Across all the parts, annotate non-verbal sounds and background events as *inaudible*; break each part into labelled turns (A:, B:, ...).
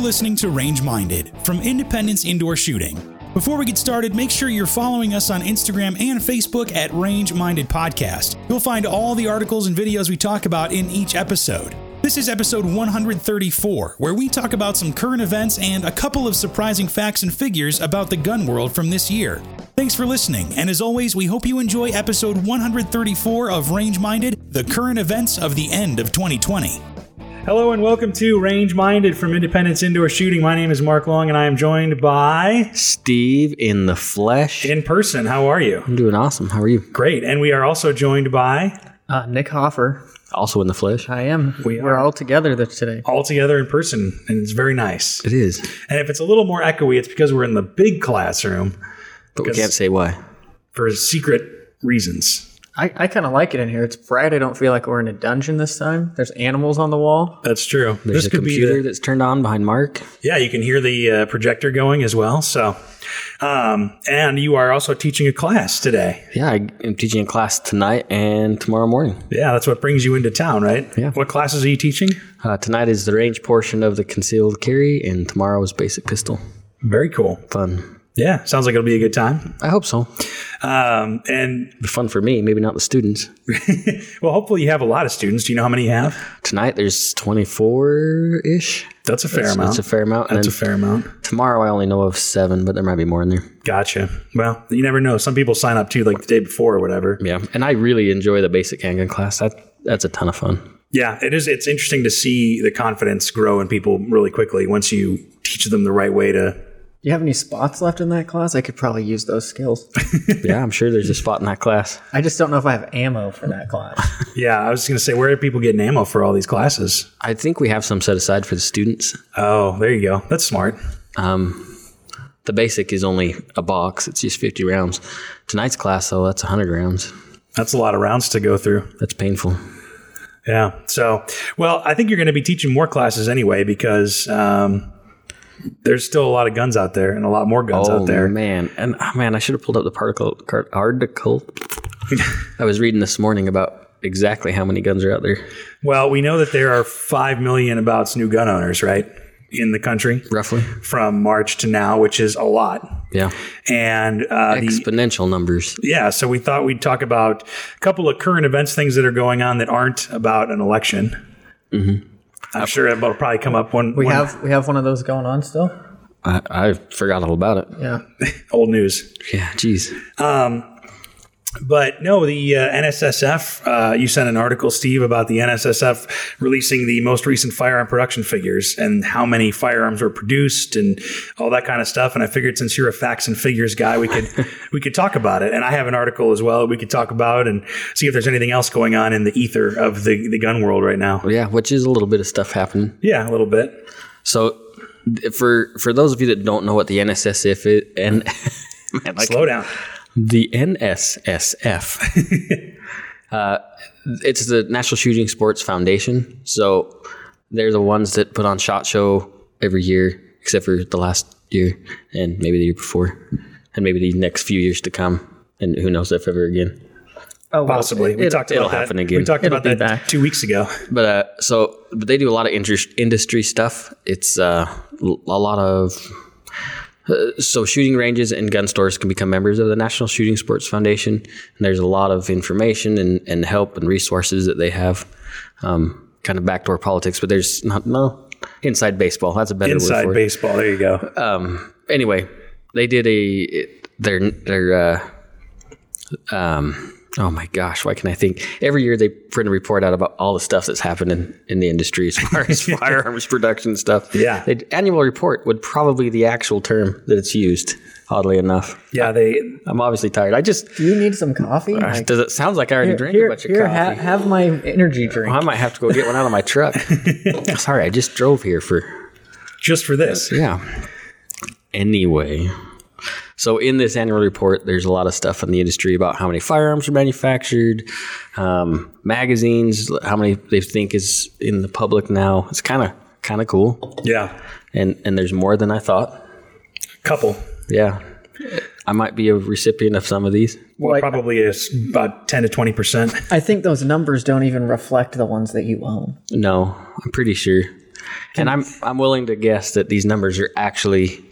A: listening to Range Minded from Independence Indoor Shooting. Before we get started, make sure you're following us on Instagram and Facebook at Range Minded Podcast. You'll find all the articles and videos we talk about in each episode. This is episode 134, where we talk about some current events and a couple of surprising facts and figures about the gun world from this year. Thanks for listening, and as always, we hope you enjoy episode 134 of Range Minded, the current events of the end of 2020. Hello and welcome to Range Minded from Independence Indoor Shooting. My name is Mark Long and I am joined by
B: Steve in the flesh.
A: in person. How are you?
B: I'm doing awesome. How are you?
A: Great. And we are also joined by
C: Uh, Nick Hoffer.
B: Also in the flesh.
C: I am.
A: We
C: We are all together th- today.
A: all together in person and it's very nice.
B: It is,
A: And if it's a little more echoey, it's because we're in the big classroom
B: but we
A: Because-
B: can't say why.
A: for secret reasons.
C: I, I kind of like it in here. It's bright. I don't feel like we're in a dungeon this time. There's animals on the wall.
A: That's true.
B: There's
A: this
B: a
A: could be
B: computer
A: the,
B: that's turned on behind Mark.
A: yeah, you can hear the uh, projector going as well. So, um, and you are also teaching a class today.
B: Yeah, I am teaching a class tonight and tomorrow morning.
A: Yeah, that's what brings you into town, right?
B: Yeah.
A: What classes are you teaching?
B: Uh, tonight is the range portion of the concealed carry, and tomorrow is basic pistol.
A: Very cool.
B: Fun.
A: Yeah, sounds like it'll be a good time.
B: I hope so.
A: Um, and
B: Fun for me, maybe not the students.
A: well, hopefully you have a lot of students. Do you know how many you have?
B: Tonight there's 24 ish.
A: That's a fair amount.
B: That's a fair amount. And
A: That's a
B: then
A: fair amount.
B: tomorrow I only know of seven, but there might be more in there.
A: Gotcha. Well, you never know. Some people sign up too, like the day before or whatever.
B: Yeah, and I really enjoy the basic handgun class. That that's a ton of fun.
A: Yeah, it is. It's interesting to see the confidence grow in people really quickly once you teach them the right way to.
C: Do you have any spots left in that class? I could probably use those skills.
B: Yeah, I'm sure there's a spot in that class.
C: I just don't know if I have ammo for that class.
B: *laughs*
A: Yeah, I was going to say, where are people getting ammo for all these classes?
B: I think we have some set aside for the students.
A: Oh, there you go. That's smart.
B: Um, the basic is only a box; it's just 50 rounds. Tonight's class, though, that's 100 rounds.
A: That's a lot of rounds to go through.
B: That's painful.
A: Yeah. So, well, I think you're going to be teaching more classes anyway because um, there's still a lot of guns out there and a lot more guns
B: Oh
A: out there.
B: man, and oh, man, I should have pulled up the particle card article. I was reading this morning about exactly how many guns are out there.
A: Well, we know that there are 5 million about new gun owners, right? In the country
B: Roughly,
A: from March to now, which is a lot.
B: yeah,
A: And uh, the,
B: exponential numbers.
A: yeah, so we thought we'd talk about a couple of current events, things that are going on that aren't about an election. I'm sure that'll probably come up when
C: Mm-hmm. We
A: when-
C: have we have one of those going on still.
B: I, I forgot all about it. *laughs*
C: Yeah.
A: old news.
B: Yeah, geez.
A: But no, the uh, NSSF, uh, you sent an article, Steve, about the NSSF releasing the most recent firearm production figures and how many firearms were produced and all that kind of stuff. And I figured since you're a facts and figures guy, we could
B: *laughs*
A: we could talk about it. And I have an article as well we could talk about and see if there's anything else going on in the ether of the, the gun world right now.
B: Yeah, which is a little bit of stuff happening.
A: Yeah, a little bit.
B: So, th- for for those of you that don't know what the NSSF is, and man, like
A: Slow down.
B: the *laughs* NSSF, uh, it's the National Shooting Sports Foundation. So they're the ones that put on Shot Show every year, except for the last year and maybe the year before, and maybe the next few years to come. And who knows if ever again.
C: Oh, well,
A: Possibly. We
B: it'll-
A: talked about
B: it'll
A: that.
B: happen again.
A: We talked
C: It'll
A: about
C: be
A: that
C: back.
A: two weeks ago.
B: But uh, so but they do a lot of interest, industry stuff. It's uh, l- a lot of uh, so shooting ranges and gun stores can become members of the National Shooting Sports Foundation, and there's a lot of information and, and help and resources that they have. Um, kind of backdoor politics, but there's not no inside baseball. That's a better word for Uh,
A: Inside
B: it
A: baseball. There you go.
B: anyway, they did a their their uh, um oh my gosh, why can I think? Every year they print a report out about all the stuff that's happened in, in the industry as far
C: *laughs*
B: as firearms production and stuff.
A: Yeah.
B: the annual report would probably be the actual term that it's used. Oddly enough,
A: yeah, they
B: I'm obviously tired. I just
C: do you need some coffee? Like,
B: does it sounds like I already drank
C: here,
B: a bunch of
C: here,
B: coffee. Uh-huh.
C: ha- have my energy drink.
B: I might have to go get one out of my
C: *laughs*
B: truck. Sorry, I just drove here for
A: just for this.
B: Yeah. Anyway, so in this annual report, there's a lot of stuff in the industry about how many firearms are manufactured, um, magazines, how many they think is in the public now. It's kind of kind of cool,
A: Yeah.
B: and and there's more than I thought.
A: Couple.
B: Yeah, I might be a recipient of some of these.
A: Well,
C: Like-
A: probably is about ten to twenty percent. *laughs*
C: I think those numbers don't even reflect the ones that you own.
B: No, I'm pretty sure. and I'm I'm willing to guess that these numbers are actually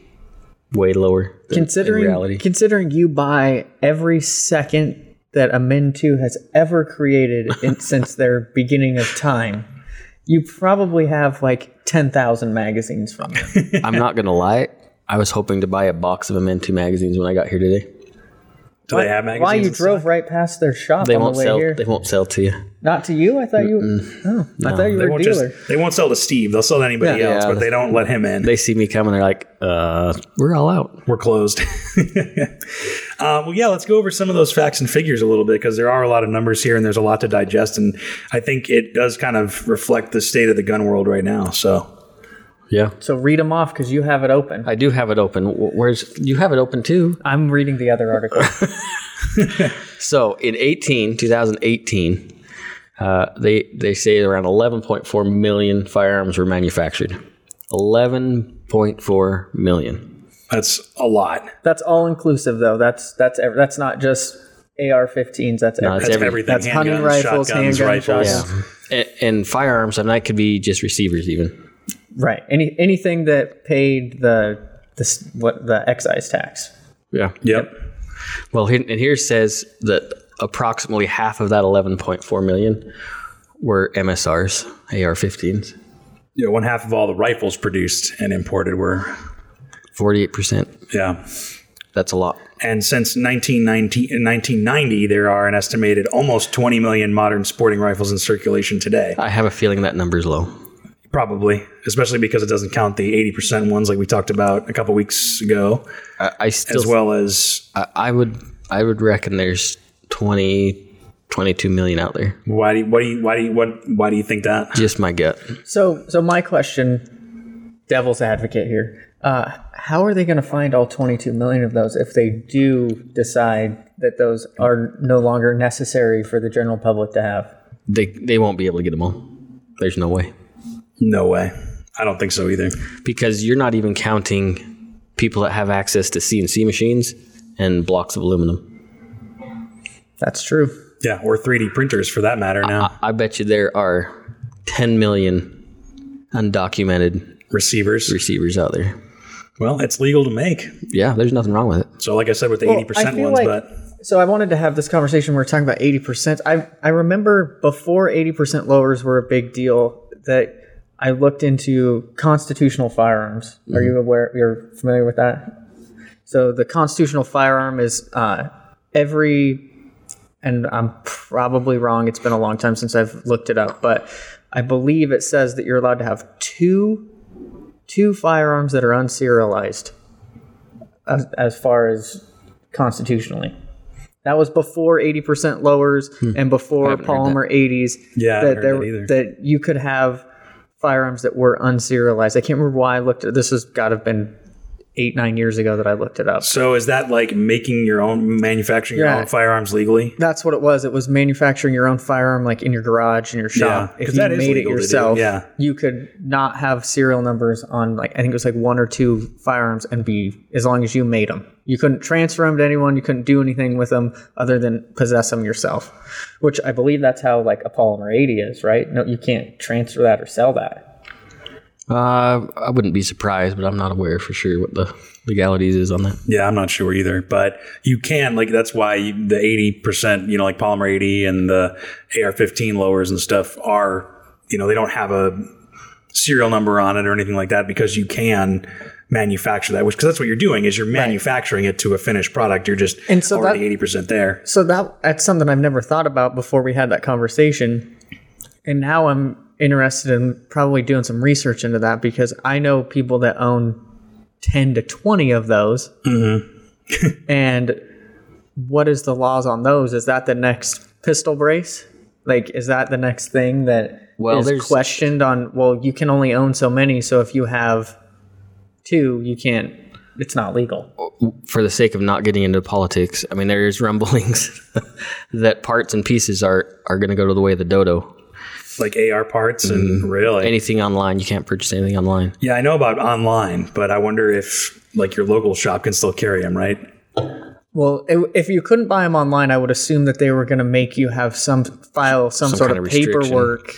B: way lower than in reality.
C: Considering considering you buy every second that a Min 2 has ever created
A: *laughs*
C: in, since their beginning of time, you probably have like 10,000 magazines
A: *laughs*
C: from them.
B: I'm not gonna lie. I was hoping to buy a box of Amenti magazines when I got here today.
A: Do they have magazines?
C: Why you
A: and stuff?
C: drove right past their shop
B: They
C: on
B: won't
C: the way
B: sell.
C: here?
B: They won't sell to you.
C: Not to you? I thought you oh, I thought you
A: They
C: were a
A: won't,
C: dealer.
A: just, they won't sell to Steve. They'll sell to anybody
C: Yeah.
A: else,
B: Yeah.
A: but they don't let him in.
B: They see me coming. They're like, uh, "We're all out."
A: We're closed. *laughs* um, well, yeah, let's go over some of those facts and figures a little bit because there are a lot of numbers here and there's a lot to digest. And I think it does kind of reflect the state of the gun world right now. So
B: Yeah,
C: so read them off because you have it open.
B: I do have it open. W- Where's you have it open too?
C: I'm reading the other article.
A: *laughs*
B: So in 18, 2018, uh, they they say around 11.4 million firearms were manufactured. 11.4 million.
A: that's a lot.
C: that's all inclusive though. That's that's ev- that's not just AR-15s. That's
B: No,
C: everything.
B: it's
A: That's
B: every-
A: everything.
C: That's hunting
A: Handguns,
C: rifles,
A: shotguns,
C: handgun
A: rifles.
C: shots.
B: And, and firearms, I mean, that could be just receivers even.
C: right. Any anything that paid the this what the excise tax.
B: Yeah.
A: Yep.
B: Well, here, and here says that approximately half of that 11.4 million were MSRs, AR-15s.
A: Yeah, one half of all the rifles produced and imported were
B: 48%.
A: yeah.
B: That's a lot.
A: And since 1990, 1990, there are an estimated almost 20 million modern sporting rifles in circulation today.
B: I have a feeling that number's low.
A: Probably, especially because it doesn't count the 80% ones like we talked about a couple weeks ago,
B: I, I still
A: as well as
B: I, I would I would reckon there's 20 22 million out there.
A: why do you, why do you, why do you, what why do you think that?
B: Just my gut.
C: So so my question, devil's advocate here. Uh, how are they going to find all 22 million of those if they do decide that those are no longer necessary for the general public to have?
B: They they won't be able to get them all. There's no way.
A: No way. I don't think so either.
B: Because you're not even counting people that have access to CNC machines and blocks of aluminum.
C: That's true.
A: Yeah, or 3D printers for that matter. Now
B: I, I bet you there are 10 million undocumented
A: receivers.
B: receivers out there.
A: Well, it's legal to make.
B: Yeah, there's nothing wrong with it.
A: So, like I said, with the
C: Well,
A: eighty
C: I
A: percent
C: feel
A: ones,
C: like-
A: but
C: So I wanted to have this conversation. We are talking about 80%. I I remember before 80% lowers were a big deal that I looked into constitutional firearms. Are
A: Mm-hmm.
C: you aware? You're familiar with that? So the constitutional firearm is uh, every, and I'm probably wrong. It's been a long time since I've looked it up, but I believe it says that you're allowed to have two two firearms that are unserialized, as, as far as constitutionally. That was before 80% lowers and before
B: haven't heard that.
C: Palmer 80s.
A: Hmm. Yeah, I haven't heard that either.
C: that you could have firearms that were unserialized. I can't remember why I looked at this. Has got to have been eight nine years ago that I looked it up.
A: so is that like making your own, manufacturing your
C: Yeah.
A: own firearms legally?
C: That's what it was. It was manufacturing your own firearm, like in your garage in your shop.
A: 'cause
C: if you
A: that is
C: made it
A: legal to do,
C: yourself,
A: yeah.
C: you could not have serial numbers on like I think it was like one or two firearms, and be as long as you made them. You couldn't transfer them to anyone. You couldn't do anything with them other than possess them yourself, which I believe that's how like a polymer eighty is, right? No, you can't transfer that or sell that.
B: Uh, I wouldn't be surprised, but I'm not aware for sure what the legalities is on that.
A: Yeah, I'm not sure either, but you can like that's why you, the eighty percent, you know, like Palmer eighty and the AR-15 lowers and stuff are, you know, they don't have a serial number on it or anything like that because you can manufacture that, which because that's what you're doing is you're manufacturing it to a finished product. You're just
C: And so
A: already
C: that-
A: eighty percent there.
C: so that that's something I've never thought about before we had that conversation, and now I'm interested in probably doing some research into that because I know people that own ten to twenty of those,
B: Mm-hmm. *laughs*
C: and what is the laws on those? Is that the next pistol brace? Like, is that the next thing that
B: Well,
C: is
B: there's-
C: questioned on? Well, you can only own so many, so if you have two, you can't. It's not legal.
B: for the sake of not getting into politics, I mean, there is *laughs* rumblings that parts and pieces are are going to go to the way of the dodo.
A: Like AR parts and really
B: Anything online, you can't purchase anything online.
A: Yeah, I know about online, but I wonder if like your local shop can still carry them, right?
C: Well, i- if you couldn't buy them online, I would assume that they were going to make you have some file, some, sort
B: kind
C: of
B: of restriction.
C: paperwork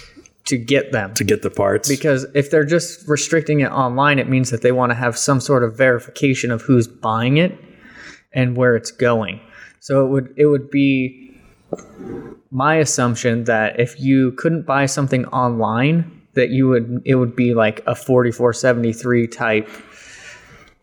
C: to get them.
A: to get the parts.
C: because if they're just restricting it online, it means that they want to have some sort of verification of who's buying it and where it's going. So it would it would be my assumption that if you couldn't buy something online, that you would it would be like a 4473 type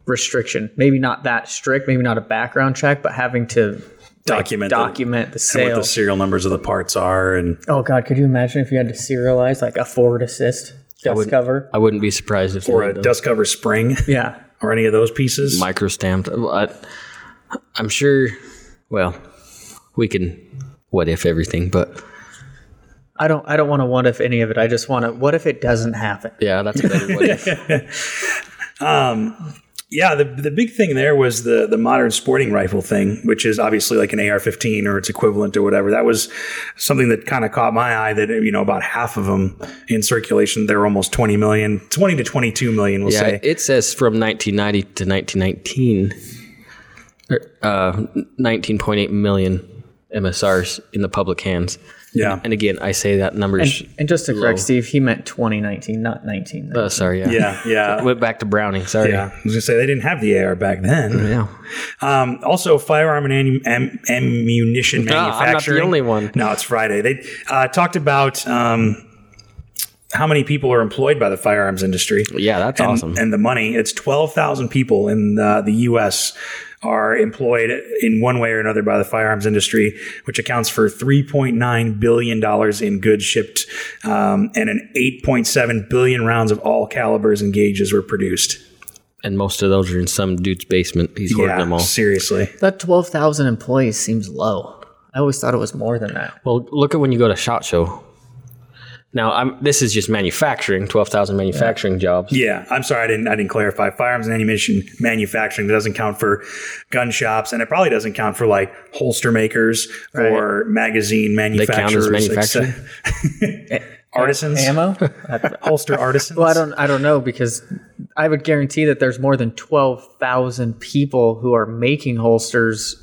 C: restriction. Maybe not that strict, maybe not a background check, but having to
A: document, the-
C: document
A: and
C: the
A: what
C: sale.
A: the serial numbers of the parts are, and
C: oh god, could you imagine if you had to serialize like a forward assist dust cover?
B: I wouldn't be surprised if
A: or
C: Oh,
B: they
A: a dust cover spring, *laughs*
C: Yeah.
A: or any of those pieces.
B: micro stamped. I, I'm sure. Well, we can what if everything, but
C: I don't I don't want to what if any of it. I just want to what if it doesn't happen?
B: yeah, that's a better what if.
A: Yeah, the, the big thing there was the the modern sporting rifle thing, which is obviously like an AR-15 or its equivalent or whatever. That was something that kind of caught my eye. That you know, about half of them in circulation, there were almost 20 million, 20 to 22 million, we'll
B: *laughs* Yeah,
A: say.
B: it says from 1990 to 1919, or, uh, 19.8 million MSRs in the public hands.
A: Yeah,
B: And again, I say that numbers.
C: And just to correct Steve, he meant 2019, not 19.
B: oh, sorry, yeah.
A: yeah, yeah.
B: Went back to Browning. Sorry.
A: Yeah, I was gonna say they didn't have the AR back then.
B: Yeah.
A: Um, also, firearm and ammu- am- ammunition
B: Ah, I'm not the
A: manufacturing.
B: only one.
A: No, it's Friday. They uh, talked about um, how many people are employed by the firearms industry.
B: Yeah, that's
A: and,
B: awesome.
A: And the money, it's 12,000 people in uh, the U.S. are employed in one way or another by the firearms industry, which accounts for $3.9 billion in goods shipped um, and an 8.7 billion rounds of all calibers and gauges were produced.
B: And most of those are in some dude's basement. He's hoarding them
A: Yeah,
B: all.
A: seriously.
C: That 12,000 employees seems low. I always thought it was more than that.
B: Well, look at when you go to Shot Show. Now, I'm, this is just manufacturing, 12,000 manufacturing jobs.
A: Yeah, I'm sorry, I didn't. I didn't clarify. Firearms and ammunition manufacturing that doesn't count for gun shops, and it probably doesn't count for like holster makers or magazine
B: count
A: manufacturers.
B: as manufacturing?
A: except- *laughs* artisans,
C: Ammo?
A: holster artisans.
C: *laughs* well, I don't I don't know because I would guarantee that there's more than 12,000 people who are making holsters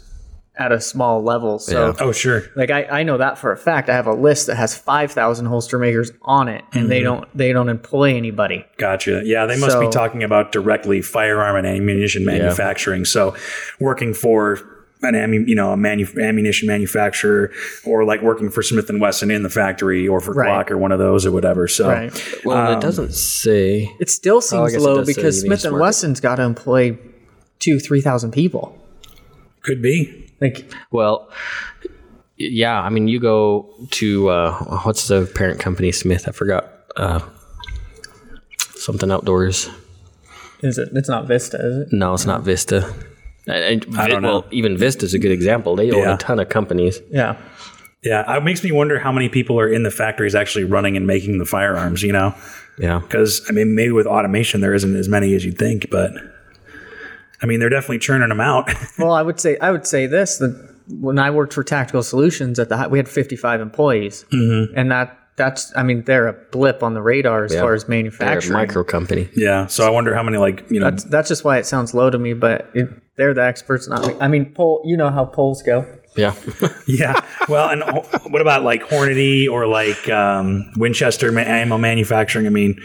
C: at a small level. So
A: Oh, sure.
C: Like I, I know that for a fact. I have a list that has five thousand holster makers on it, and they don't they don't employ anybody.
A: Gotcha. Yeah, they must be
C: So-
A: talking about directly firearm and ammunition manufacturing. So, working for an ammu- you know a manu- ammunition manufacturer, or like working for Smith and Wesson in the factory, or for
C: Right.
A: Glock or one of those or whatever. So,
C: Right.
B: Well,
A: um,
B: and it doesn't say.
C: It still
B: Oh, I
C: seems
B: guess it
C: low
B: does say
C: because
B: you need
C: Smith
B: to
C: and
B: market.
C: Wesson's got to employ two, three thousand people.
A: could be.
C: Like
B: Well, yeah, I mean, you go to uh, what's the parent company, Smith? I forgot. Uh, something outdoors.
C: is it? It's not Vista, is it?
B: No, it's not Vista. And- and
A: I don't know.
B: Well, even Vista's a good example. They own
A: Yeah.
B: a ton of companies.
C: Yeah.
A: Yeah, it makes me wonder how many people are in the factories actually running and making the firearms. You know,
B: Yeah.
A: because I mean, maybe with automation there isn't as many as you'd think, but I mean, they're definitely churning them out. *laughs*
C: Well, I would say I would say this that when I worked for Tactical Solutions at the hi- we had fifty five employees, mm-hmm. and that that's I mean they're a blip on the radar as far as
B: They're a
C: manufacturing.
B: micro company.
A: yeah, so I wonder how many like you know.
C: That's, that's just why it sounds low to me, but it, they're the experts, not me. I mean, poll. You know how polls go.
B: Yeah.
A: *laughs*
B: *laughs*
A: Yeah. Well, and ho- what about like Hornady or like um, Winchester ma- ammo manufacturing? I mean,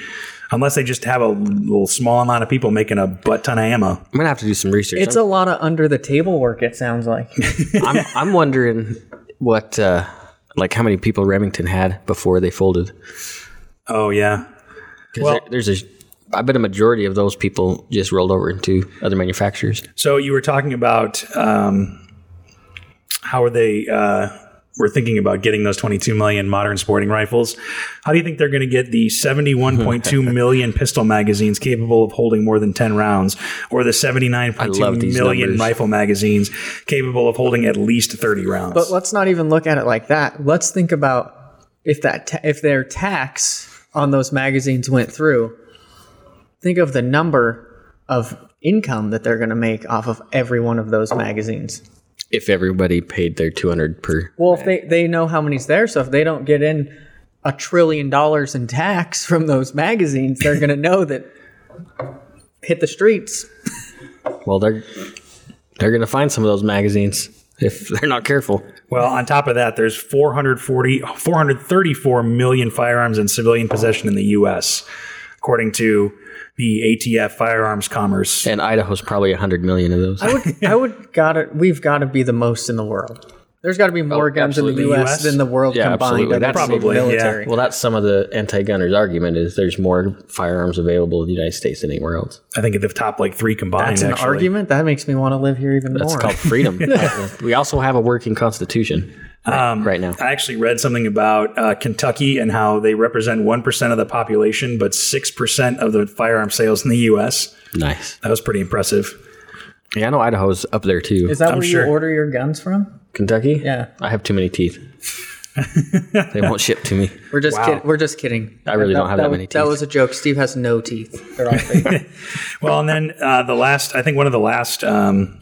A: unless they just have a little small amount of people making a butt ton of ammo.
B: I'm going to have to do some research.
C: It's a lot of under the table work. It sounds like.
B: I'm, I'm, I'm wondering what, uh, like, how many people Remington had before they folded.
A: Oh yeah.
B: 'Cause there- there's a. I bet a majority of those people just rolled over into other manufacturers.
A: So you were talking about um, how are they? Uh, we're thinking about getting those 22 million modern sporting rifles. How do you think they're going to get the
B: *laughs*
A: 71.2 million pistol magazines capable of holding more than 10 rounds, or the 79.2
B: love
A: million
B: these numbers.
A: rifle magazines capable of holding at least 30 rounds?
C: But let's not even look at it like that. Let's think about if that ta- if their tax on those magazines went through. Think of the number of income that they're going to make off of every one of those magazines.
B: If everybody paid their 200 per
C: Well, if they they know how many's there, so if they don't get in a trillion dollars in tax *laughs* from those magazines, they're going to know that hit the streets.
B: Well, they're they're gonna find some of those magazines. if *laughs* they're not careful.
A: Well, on top of that, there's 440, 434 million firearms in civilian possession in the U.S., according to the ATF Firearms Commerce.
B: And Idaho's probably 100 million of those.
C: I would, I would gotta, we've got to be the most in the world. There's got to be more guns in the
B: Oh, absolutely.
C: U.S.
A: US?
C: than the world
B: Yeah,
C: combined.
B: absolutely.
C: I would
B: That's-
C: say
A: Probably, yeah.
C: military.
B: well, that's some of the anti-gunners' argument is there's more firearms available in the United States than anywhere else.
A: I think at the top like three combined.
C: That's an
A: actually.
C: argument that makes me want to live here even
B: That's
C: more.
B: called freedom. we also have a working constitution um, right now.
A: I actually read something about uh, Kentucky and how they represent 1% of the population, but 6% of the firearm sales in the U.S.
B: Nice.
A: That was pretty impressive.
B: Yeah, I know Idaho's up there too.
C: Is that
A: I'm
C: where
A: sure.
C: you order your guns from?
B: Kentucky?
C: Yeah.
B: I have too
A: *laughs*
B: many teeth. they won't ship to me.
C: We're just
A: Wow.
C: kidding. We're just kidding.
B: I really don't have that
C: was-
B: many teeth.
C: That was a joke. Steve has no teeth. They're all fake.
A: Well, and then uh, the last, I think one of the last um,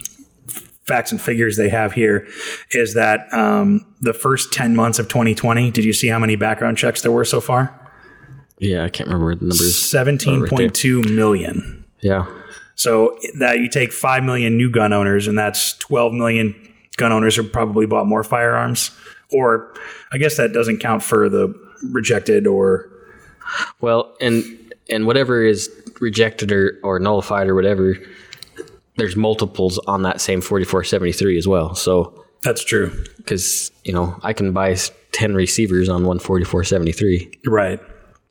A: facts and figures they have here is that um, the first 10 months of 2020, did you see how many background checks there were so
C: Oh,
A: far?
B: Yeah, I can't remember what the numbers.
A: Seventeen point two million.
B: Yeah.
A: So that you take 5 million new gun owners, and that's 12 million gun owners who probably bought more firearms. Or I guess that doesn't count for the rejected or
B: Well, and and whatever is rejected or, or nullified or whatever, there's multiples on that same 4473 as well. So,
A: that's true.
B: because, you know, I can buy s- 10 receivers on one 4473.
A: You're right.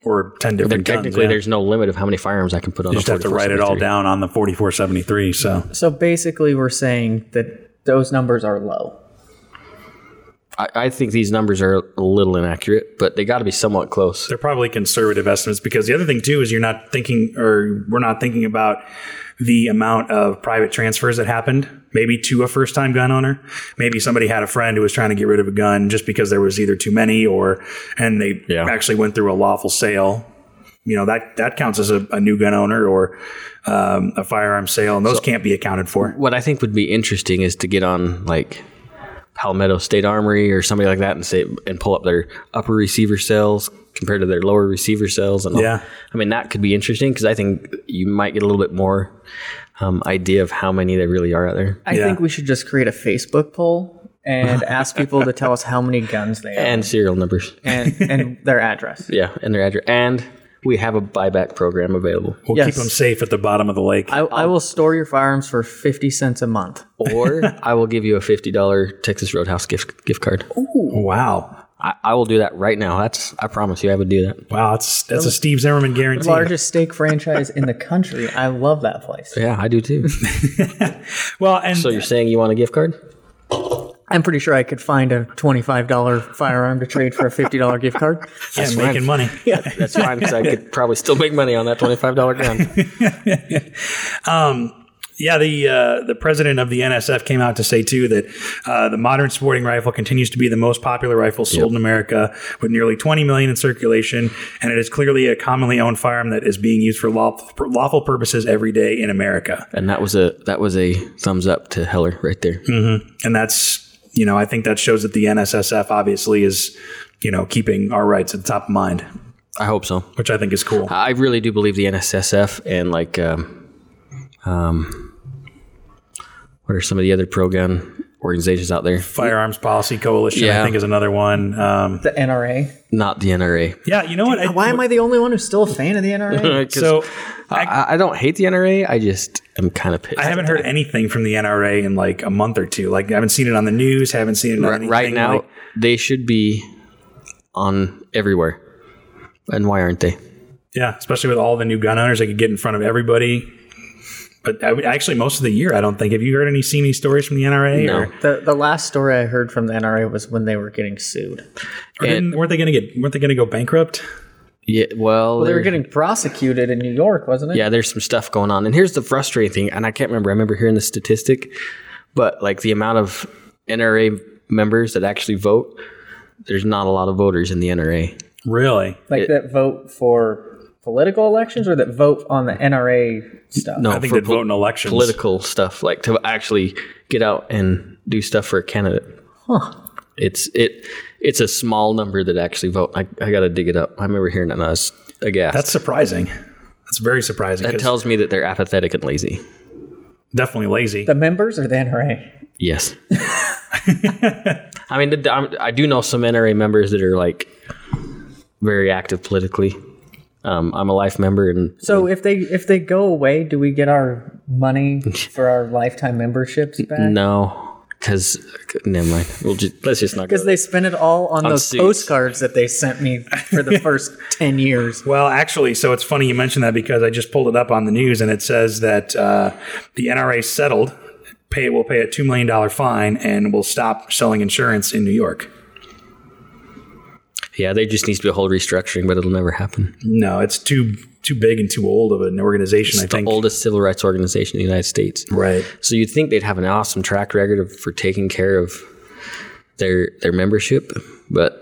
A: Or 10 different guns.
B: Technically,
A: yeah.
B: there's no limit of how many firearms I can put on
A: you
B: a
A: just have to write it all
B: 4473.
A: down on the 4473. So
C: so basically, we're saying that those numbers are low.
B: I, I think these numbers are a little inaccurate, but they got to be somewhat close.
A: they're probably conservative estimates because the other thing too is you're not thinking or we're not thinking about the amount of private transfers that happened maybe to a first time gun owner maybe somebody had a friend who was trying to get rid of a gun just because there was either too many or and they
B: Yeah.
A: actually went through a lawful sale you know that that counts as a, a new gun owner or um, a firearm sale and those can't be accounted for
B: what I think would be interesting is to get on like Palmetto State Armory or somebody like that and say and pull up their upper receiver cells compared to their lower receiver cells and all.
A: Yeah.
B: I mean that could be interesting because I think you might get a little bit more um, idea of how many there really are out there.
C: I
A: Yeah.
C: think we should just create a Facebook poll and ask people to tell us how many guns they own
B: And serial numbers.
C: and, *laughs* and their address.
B: Yeah, and their address. And we have a buyback program available.
A: we'll keep
C: Yes.
A: them safe at the bottom of the lake
C: I, I will store your firearms for 50 cents a month.
B: Or I will give you a fifty dollar Texas Roadhouse gift gift card.
A: wow
B: I, I will do that right now. That's I promise you I would do that.
A: wow that's that's a steve zimmerman guarantee
C: Largest steak franchise in the country. I love that place.
B: Yeah, I do too.
A: well and
B: so you're saying you want a gift card?
C: I'm pretty sure I could find a $25 firearm to trade for a $50 gift card.
A: yeah, making money
B: That's fine because I could probably still make money on that twenty-five dollar gun.
A: Yeah, the uh, the president of the NSF came out to say too that uh, the modern sporting rifle continues to be the most popular rifle sold in America, with nearly 20 million in circulation, and it is clearly a commonly owned firearm that is being used for lawful, for lawful purposes every day in America.
B: And that was a that was a thumbs up to Heller right there.
A: And that's you know I think that shows that the NSSF obviously is you know keeping our rights at the top of mind,
B: I hope so.
A: which I think is cool.
B: I really do believe the NSSF and like, um, um, what are some of the other pro gun organizations out there?
A: Firearms Policy Coalition, I
B: Yeah.
A: think, is another one. Um,
C: The NRA.
B: Not the NRA.
A: yeah, you know what? I,
C: Why am I the only one who's still a fan of
B: *laughs*
C: the NRA?
B: 'Cause
A: so
B: I, I don't hate the NRA. I just am kind of pissed.
A: I haven't heard anything from the NRA in like a month or two. Like I haven't seen it on the news. Haven't seen it on
B: right,
A: anything,
B: right now.
A: like-
B: they should be on everywhere. And why aren't they?
A: yeah, especially with all the new gun owners, they could get in front of everybody. But I, actually, most of the year, I don't think. Have you heard any seen any stories from the NRA?
B: No.
A: Or,
C: The, the last story I heard from the NRA was when they were getting sued.
A: or didn't, weren't they going to get? Weren't they going to go bankrupt?
B: Yeah. Well,
C: Well, they were
B: they're-
C: getting prosecuted in New York, wasn't it?
B: yeah, there's some stuff going on. And here's the frustrating thing, and I can't remember. I remember hearing the statistic, but like the amount of NRA members that actually vote, there's not a lot of voters in the NRA.
A: Really?
C: Like that vote for political elections or that vote on the NRA stuff?
B: No,
A: I think
B: for
A: they'd vote in elections.
B: political stuff, like to actually get out and do stuff for a candidate.
C: Huh.
B: It's it it's a small number that actually vote. I, I got to dig it up. I remember hearing that and I was aghast.
A: That's surprising. That's very surprising.
B: that
A: 'cause
B: tells me that they're apathetic and lazy.
A: definitely lazy.
C: *laughs* The members or the NRA?
B: Yes. I mean, the- I'm- I do know some NRA members that are like very active politically. Um, I'm a life member, and
C: So if they if they go away, do we get our
B: *laughs*
C: money for our lifetime memberships back?
B: no, because never mind. We'll just let's just not. go
C: Because they spent it all on, those
B: suits.
C: postcards that they sent me
B: *laughs*
C: for the first ten years.
A: Well, actually, so it's funny you mentioned that because I just pulled it up on the news and it says that uh, the NRA settled, pay will pay a two million dollar fine and will stop selling insurance in New York.
B: Yeah, there just needs to be a whole restructuring, but it'll never happen.
A: No, it's too too big and too old of an organization. I
B: It's the
A: think
B: oldest civil rights organization in the United States.
A: right.
B: So you'd think they'd have an awesome track record of, for taking care of their their membership, but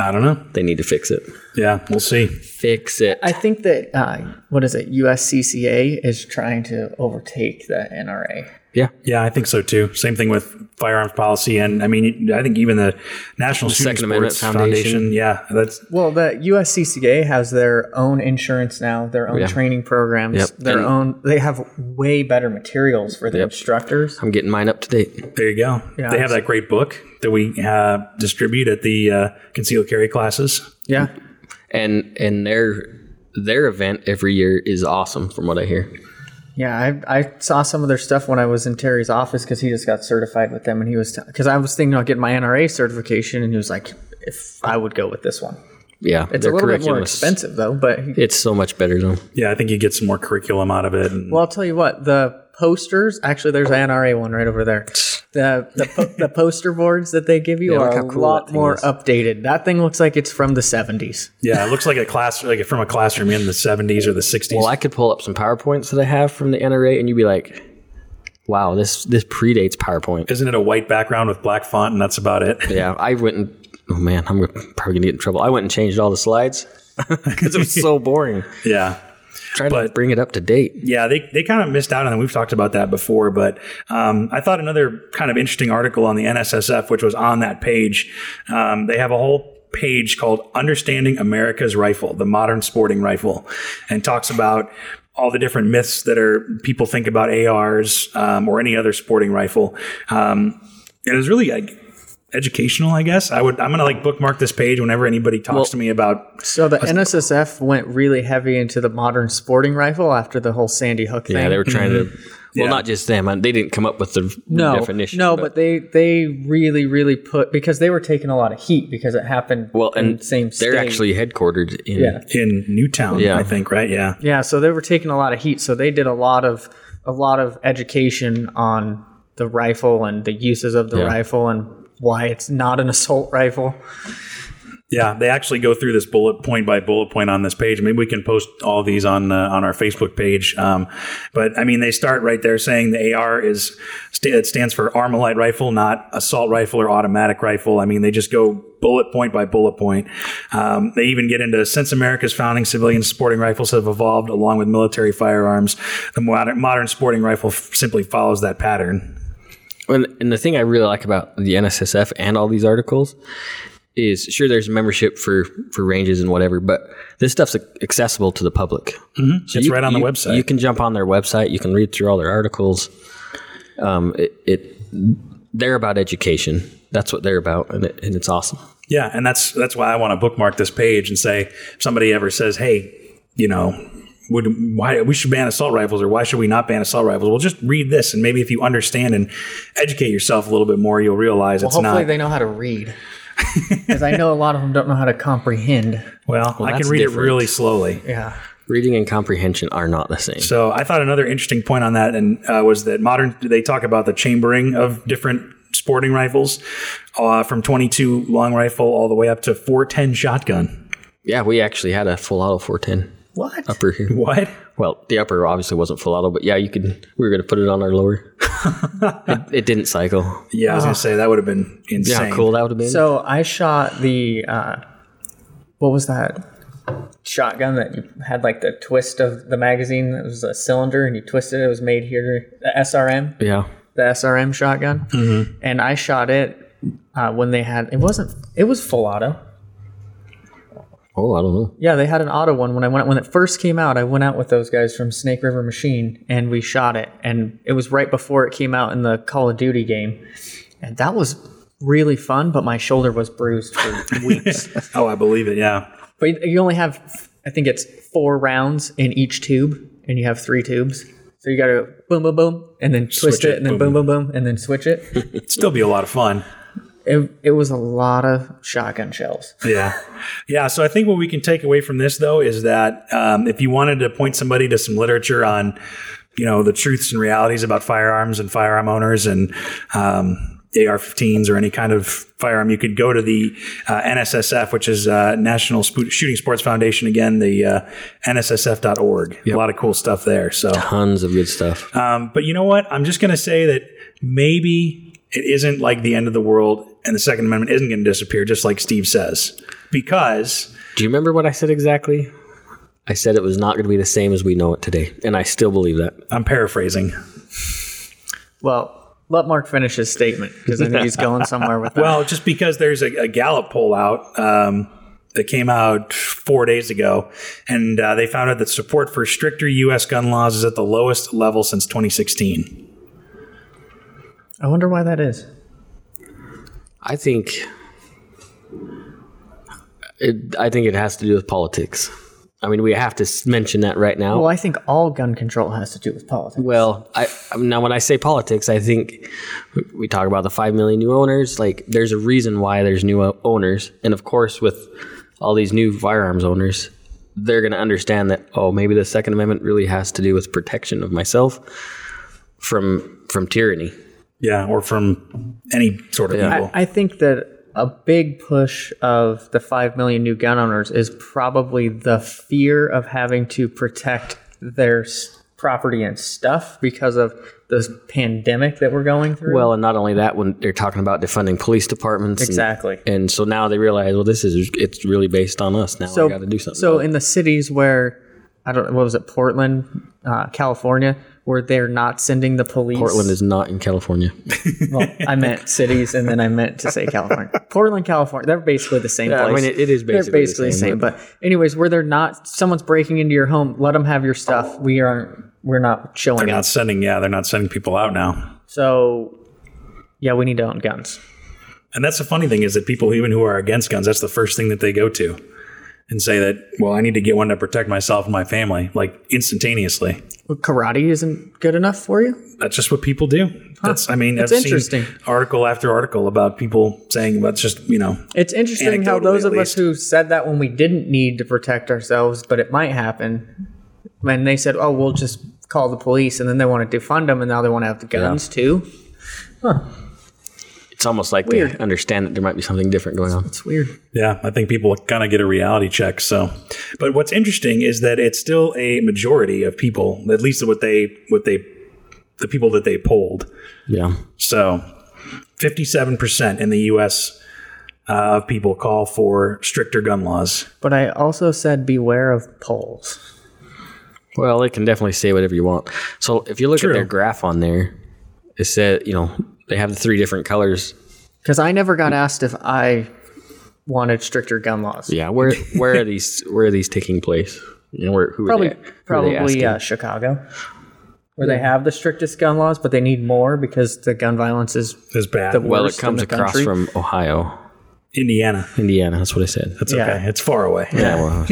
A: I don't know.
B: they need to fix it.
A: Yeah, we'll see.
B: Fix it.
C: I think that uh, what is it? USCCA is trying to overtake the NRA.
B: yeah.
A: Yeah, I think so too. Same thing with firearms policy, and I mean, I think even the National Shooting
B: Second Amendment
A: Sports Foundation.
B: Foundation.
A: Yeah, that's
C: Well, the USCCA has their own insurance now, their own
B: Yeah.
C: training programs,
B: Yep.
C: their
B: And-
C: own. They have way better materials for their
B: Yep.
C: instructors.
B: I'm getting mine up to date.
A: There you go.
C: Yeah.
A: they have that great book that we uh, distribute at the uh, concealed carry classes.
C: Yeah,
B: And and their their event every year is awesome from what I hear.
C: yeah. I, I saw some of their stuff when I was in Terry's office because he just got certified with them, and he was because I was thinking I'll get my NRA certification, and he was like, if I would go with this one,
B: Yeah.
C: it's a little bit more
B: curriculum is-
C: expensive though. But he-
B: It's so much better though.
A: Yeah, I think you get some more curriculum out of it. And
C: well, I'll tell you what, the posters actually there's an NRA one right over there. The the,
B: *laughs*
C: po- the poster boards that they give you
B: look
C: are
B: how
C: a
B: cool that
C: lot
B: thing
C: more
B: is.
C: updated. That thing looks like it's from the 70s.
A: yeah, it looks like a class, like from a classroom in the '70s or the '60s.
B: Well, I could pull up some PowerPoints that I have from the NRA and you'd be like, Wow, this this predates PowerPoint.
A: Isn't it a white background with black font, and that's about it?
B: Yeah, I went and oh man, I'm probably gonna get in trouble. I went and changed all the *laughs* slides because it was so boring.
A: *laughs* yeah.
B: Trying to
A: But-
B: bring it up to date.
A: Yeah, they, they kind of missed out on it. We've talked about that before, but um, I thought another kind of interesting article on the NSSF, which was on that page, um, they have a whole page called Understanding America's Rifle, the Modern Sporting Rifle, and talks about all the different myths that are people think about ARs um, or any other sporting rifle. Um, and it was really like educational, I guess. I would I'm gonna like bookmark this page whenever anybody talks to me about
C: So the NSSF went really heavy into the modern sporting rifle after the whole Sandy Hook thing.
B: Yeah, they were trying to. Mm-hmm.
A: Yeah.
B: Well, not just them. and They didn't come up with the
C: no,
B: definition.
C: no, but, they they really really put because they were taking a lot of heat because it happened.
B: well,
C: in
B: and
C: the same state.
B: they're actually headquartered in.
C: yeah
A: in Newtown,
B: Yeah.
A: I think, right? Yeah.
C: yeah. So they were taking a lot of heat. So they did a lot of a lot of education on the rifle and the uses of the
B: Yeah.
C: rifle and why it's not an assault rifle.
A: Yeah, they actually go through this bullet point by bullet point on this page. Maybe we can post all these on uh, on our Facebook page. Um, but I mean, they start right there saying the AR is st- it stands for armalite rifle, not assault rifle or automatic rifle. I mean, they just go bullet point by bullet point. Um, they even get into since America's founding, civilian sporting rifles have evolved along with military firearms. The modern, modern sporting rifle f- simply follows that pattern.
B: And, and the thing I really like about the NSSF and all these articles is sure there's membership for for ranges and whatever, but this stuff's accessible to the public. Mm-hmm. So
A: It's
B: you-
A: right on the
B: you-
A: website.
B: You can jump on their website. You can read through all their articles. Um, it, it they're about education. That's what they're about, and, it, and it's awesome.
A: Yeah, and that's that's why I want to bookmark this page and say if somebody ever says, "Hey, you know, would why we should ban assault rifles or why should we not ban assault rifles?" Well, just read this and maybe if you understand and educate yourself a little bit more, you'll realize it's
C: Hopefully
A: not.
C: they know how to *laughs* read. Because I know a lot of them don't know how to comprehend.
A: well, I can
B: that's
A: read it
B: different.
A: really slowly.
C: Yeah.
B: Reading and comprehension are not the same.
A: So I thought another interesting point on that and uh, was that modern they talk about the chambering of different sporting rifles uh, from 22 long rifle all the way up to 410 shotgun. *laughs*
B: Yeah, we actually had a full auto 410
C: What?
B: upper here.
A: What?
B: Well, the upper obviously wasn't full auto, but yeah, you could. We were going to put it on our
A: *laughs*
B: lower. it, it didn't cycle.
A: Yeah, I was gonna say that would have been
B: Yeah,
A: insane.
B: how cool that would have been.
C: So I shot the uh, what was that shotgun that you had like the twist of the magazine? It was a cylinder and you twisted it. It was made here. The SRM,
B: yeah,
C: the SRM shotgun, mm-hmm. and I shot it uh, when they had. It wasn't. It was full auto.
B: Oh, I don't know.
C: Yeah, they had an auto one when I went when it first came out. I went out with those guys from Snake River Machine and we shot it, and it was right before it came out in the Call of Duty game. and that was really fun. But my shoulder was bruised for weeks.
A: *laughs* Oh, I believe it. Yeah.
C: but you only have, I think it's four rounds in each tube, and you have three tubes. So you got to boom, boom, boom, and then twist
A: Switch
C: it,
A: it,
C: and then
A: boom,
C: boom, boom, boom, and then switch it.
A: It'd still be a lot of fun.
C: it. It was a lot of shotgun shells.
A: Yeah. Yeah. So I think what we can take away from this, though, is that um, if you wanted to point somebody to some literature on, you know, the truths and realities about firearms and firearm owners and um, AR 15s or any kind of firearm, you could go to the uh, NSSF, which is uh, National Sp- Shooting Sports Foundation, again, the uh, NSSF.org. A lot of cool stuff there. So.
B: Tons of good stuff.
A: Um, but you know what? I'm just going to say that maybe it isn't like the end of the world and the Second Amendment isn't going to disappear, just like Steve says. Because,
B: Do you remember what I said exactly? I said it was not going to be the same as we know it today, and I still believe that.
A: I'm paraphrasing.
C: Well, let Mark finish his statement because I think he's going somewhere with that.
A: Well, just because there's a, a Gallup poll out um, that came out four days ago, and uh, they found out that support for stricter U.S. gun laws is at the lowest level since 2016.
C: I wonder why that is.
B: I think it, I think it has to do with politics. I mean, we have to s- mention that right now.
C: Well, I think all gun control has to do with politics.
B: Well, I I- now when I say politics, I think we talk about the five million new owners. Like, there's a reason why there's new o- owners, and of course, with all these new firearms owners, they're going to understand that oh, maybe the Second Amendment really has to do with protection of myself from from tyranny.
A: Yeah, or from any sort of evil.
C: I think that a big push of the 5 million new gun owners is probably the fear of having to protect their s- property and stuff because of this pandemic that we're going through.
B: Well, and not only that, when they're talking about defunding police departments, and-
C: exactly.
B: And, so now they realize, well, this is it's really based on us. Now
C: so,
B: I got to do something.
C: So in the cities where, I don't know, what was it, Portland, uh, California, where they're not sending the police.
B: Portland is not in California.
C: Well, I meant cities, and then I meant to
B: *laughs*
C: say California. Portland, California. They're basically the same
B: Yeah, I
C: place.
B: mean, it- it is basically the
C: they're basically the
B: same,
C: same. But, anyways, where they're not, someone's breaking into your home. Let them have your stuff. We aren't. We're not showing
A: they're
C: up.
A: not sending, yeah, they're not sending people out now.
C: So, yeah, we need to own guns.
A: And that's the funny thing is that people, even who are against guns, that's the first thing that they go to and say that, well, I need to get one to protect myself and my family, like instantaneously.
C: Well, karate isn't good enough for you.
A: That's just what people do. That's, I mean,
C: That's
A: I've seen
C: interesting.
A: article after article about people saying, that's just, you know,
C: It's interesting how
A: Anecdotally,
C: those of
A: at
C: us
A: least.
C: who said that when we didn't need to protect ourselves, but it might happen, when they said, "Oh, we'll just call the police," and then they want to defund them, and now they want to have the guns too.
B: It's almost like they understand that there might be something different going on.
C: It's weird.
A: Yeah, I think people kind of get a reality check. So, but what's interesting is that it's still a majority of people, at least what they what they the people that they polled.
B: Yeah.
A: So, fifty-seven percent in the U.S. uh, of people call for stricter gun laws.
C: But I also said beware of polls.
B: Well, they can definitely say whatever you want. So if you look
A: True.
B: at their graph on there, it said, you know, they have the three different colors.
C: Because I never
B: Mm.
C: got asked if I wanted stricter gun laws.
B: Yeah. Where where
C: *laughs*
B: are these where are these taking place? You know, where who
C: probably,
B: are they, who are they
C: probably
B: asking?
C: uh, Chicago, where they have the strictest gun laws, but they need more because the gun violence is.
A: Is bad.
C: The-
B: well, it
C: worst in
B: comes
C: the
B: across
C: country.
B: from Ohio,
A: Indiana.
B: Indiana. That's what I said.
C: *laughs*
A: That's
C: Yeah.
A: okay. It's far away.
B: yeah. Well,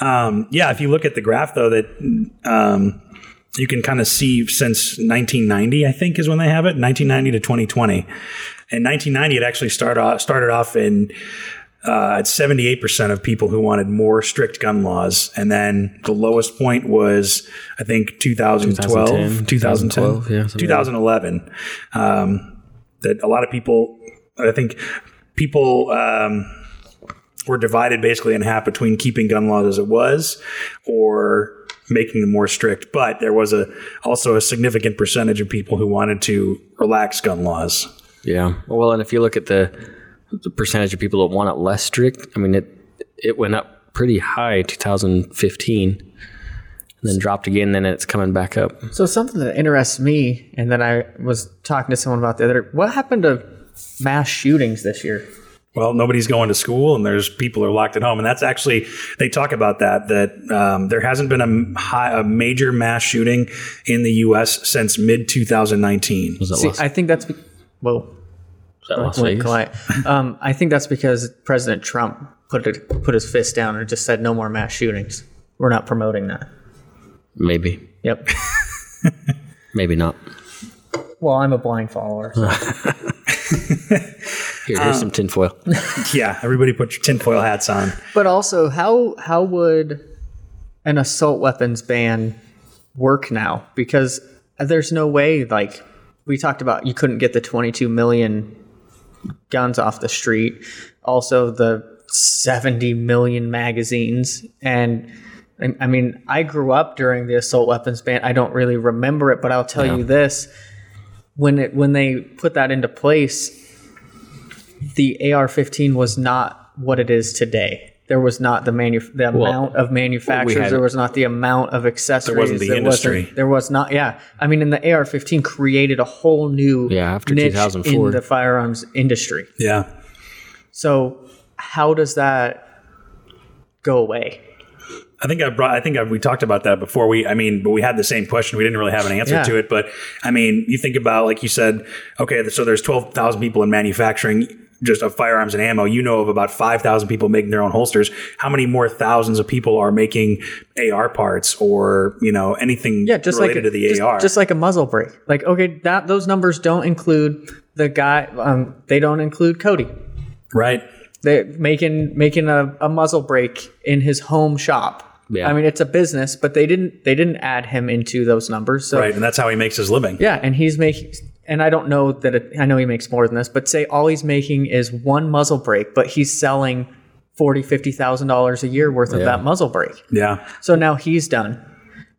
A: Um, yeah, if you look at the graph though, that um, you can kind of see since 1990, I think is when they have it, 1990 to 2020. In 1990, it actually started off, started off in uh, at 78% of people who wanted more strict gun laws, and then the lowest point was I think 2012,
B: 2010,
A: 2012,
B: 2012, yeah, something like that.
A: 2011. Um, that a lot of people, I think, people. Um, were divided basically in half between keeping gun laws as it was or making them more strict. But there was a also a significant percentage of people who wanted to relax gun laws.
B: yeah. Well, and if you look at the the percentage of people that want it less strict, I mean, it it went up pretty high 2015, and then dropped again, and it's coming back up.
C: So something that interests me, and that I was talking to someone about the other. What happened to mass shootings this year?
A: Well, nobody's going to school, and there's people are locked at home, and that's actually they talk about that that um, there hasn't been a, m- high, a major mass shooting in the U.S. since mid 2019.
B: Was that
C: See,
B: last?
C: I think that's. be- Whoa.
B: Is that Las
C: Like, went
B: Vegas?
C: collide. Um, I think that's because President Trump put it, put his fist down and just said no more mass shootings. We're not promoting that.
B: Maybe.
C: Yep.
B: Maybe not.
C: Well, I'm a blind follower. so-
B: Here, here's some
C: Um,
B: tinfoil.
A: Yeah, everybody put your tinfoil hats on.
C: but also, how how would an assault weapons ban work now? Because there's no way. Like we talked about, you couldn't get the 22 million guns off the street. Also, the 70 million magazines and. and, I mean, I grew up during the assault weapons ban. I don't really remember it, but I'll tell you this: when it when they put that into place, the AR-15 was not what it is today. There was not the manu- the amount of manufacturers.
B: had-
C: There was not the amount of accessories.
A: the
C: wasn't-
A: industry.
C: there was not. Yeah, I mean, and the AR-15 created a whole new
B: Yeah, after
C: niche
B: 2004.
C: in the firearms industry.
A: Yeah.
C: So how does that go away?
A: I think I brought. I think I, we talked about that before. We, I mean, but we had the same question. We didn't really have an answer
C: Yeah.
A: to it. But I mean, you think about like you said. Okay, so there's twelve thousand people in manufacturing just of firearms and ammo. You know of about five thousand people making their own holsters. How many more thousands of people are making AR parts or you know anything
C: Yeah, just
A: related
C: like
A: to the
C: just,
A: AR?
C: just like a muzzle break. Like okay, that those numbers don't include the guy. Um, they don't include Cody.
A: right?
C: They making making a, a muzzle break in his home shop.
B: Yeah.
C: I mean, it's a business, but they didn't they didn't add him into those numbers. So
A: Right, and that's how he makes his living.
C: Yeah, and he's making. And I don't know that it, I know he makes more than this, but say all he's making is one muzzle break, but he's selling forty, fifty thousand dollars a year worth of that muzzle break.
A: Yeah,
C: So now he's done.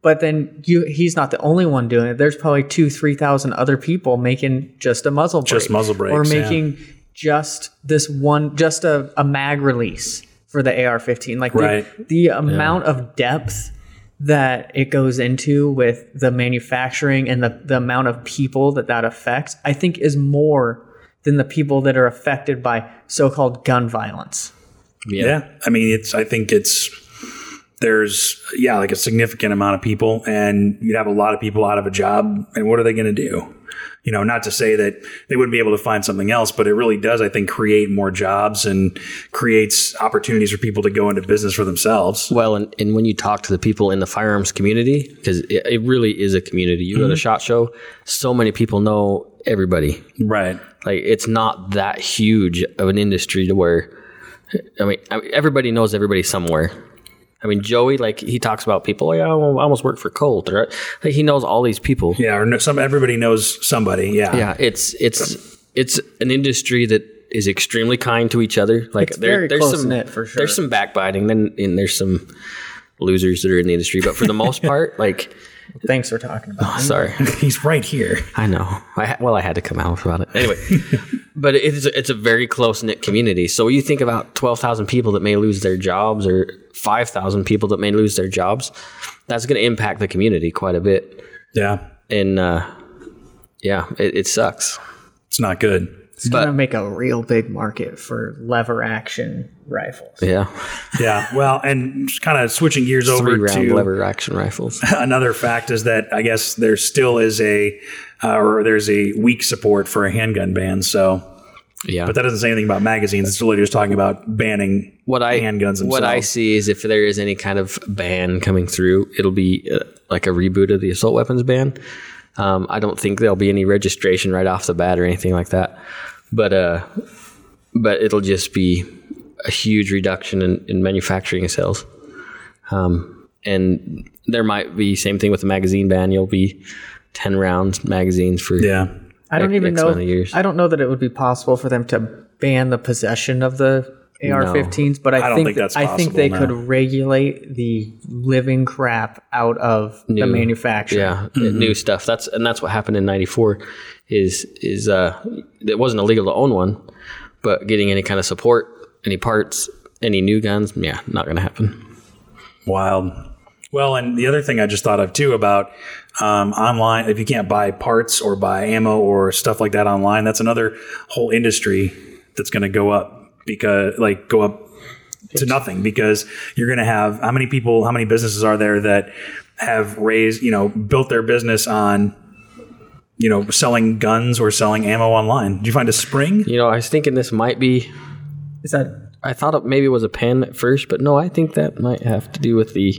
C: But then you, he's not the only one doing it. There's probably two, three thousand other people making just a muzzle break,
A: Just muzzle breaks,
C: or
A: yeah.
C: making just this one, just a, a mag release for the AR-15. Like the- the,
A: Right.
C: amount of depth that it goes into with the manufacturing and the, the amount of people that that affects, I think is more than the people that are affected by so-called gun violence.
A: Yeah. I mean, it's, I think it's, there's, yeah, like a significant amount of people, and you'd have a lot of people out of a job, and what are they going to do? You know, not to say that they wouldn't be able to find something else, but it really does, I think, create more jobs and creates opportunities for people to go into business for themselves.
B: Well, and, and when you talk to the people in the firearms community, because it, it really is a community. You go to Shot Show, so many people know everybody.
A: Right.
B: Like it's not that huge of an industry to where, I mean, I mean, everybody knows everybody somewhere. I mean, Joey, like he talks about people. "Oh, Yeah, I al- almost work for Colt, or like, he knows all these people.
A: Yeah. Or no, some, everybody knows somebody. Yeah.
C: Um,
B: Yeah, it's it's it's an industry that is extremely kind to each other. Like
C: It's
B: there,
C: very
B: there's some
C: close-knit, for sure.
B: there's some backbiting, then and there's some losers that are in the industry. But for the most
C: *laughs*
B: part, like
C: Thanks for talking
B: *laughs*
C: about. it.
B: sorry,
A: *laughs* He's right here.
B: I know. I ha- well, I had to come out about it
C: *laughs*
B: anyway. but it is it's a very close knit community. So you think about twelve thousand people that may lose their jobs, or five thousand people that may lose their jobs. That's going to impact the community quite a bit,
A: Yeah.
B: and uh, yeah, it, it sucks.
A: It's not good.
C: It's gonna make a real big market for lever action rifles.
B: Yeah.
A: Yeah. Well, and just kind of switching gears over
B: three round
A: to
B: lever action rifles.
A: another fact is that I guess there still is a uh, or there's a weak support for a handgun ban. So,
B: Yeah.
A: but that doesn't say anything about magazines. It's really just talking about banning
B: what I
A: handguns themselves.
B: what I see is if there is any kind of ban coming through, it'll be uh, like a reboot of the assault weapons ban. Um, I don't think there'll be any registration right off the bat or anything like that, but uh, but it'll just be a huge reduction in, in manufacturing sales. Um, and there might be same thing with the magazine ban. You'll be ten rounds magazines for
A: yeah.
C: I don't
B: X-
C: even
B: X
C: know.
B: amount of years.
C: I don't know that it would be possible for them to ban the possession of the AR-15s, but I,
A: I don't
C: think,
A: think that's
C: I think they
A: possible,
C: could
A: no.
C: regulate the living crap out of the manufacturer.
B: yeah
C: Mm-hmm.
B: new stuff that's and that's what happened in 94 is is uh it wasn't illegal to own one but getting any kind of support any parts any new guns yeah not gonna happen
A: Wild. Well, and the other thing I just thought of too about um, online, if you can't buy parts or buy ammo or stuff like that online, that's another whole industry that's going to go up because, like, go up to nothing because you're going to have how many people, how many businesses are there that have raised, you know, built their business on you know, selling guns or selling ammo online. Did you find a spring?
B: You know, I was thinking this might be.
C: Is that
B: I thought it maybe was a pen at first, but no, I think that might have to do with the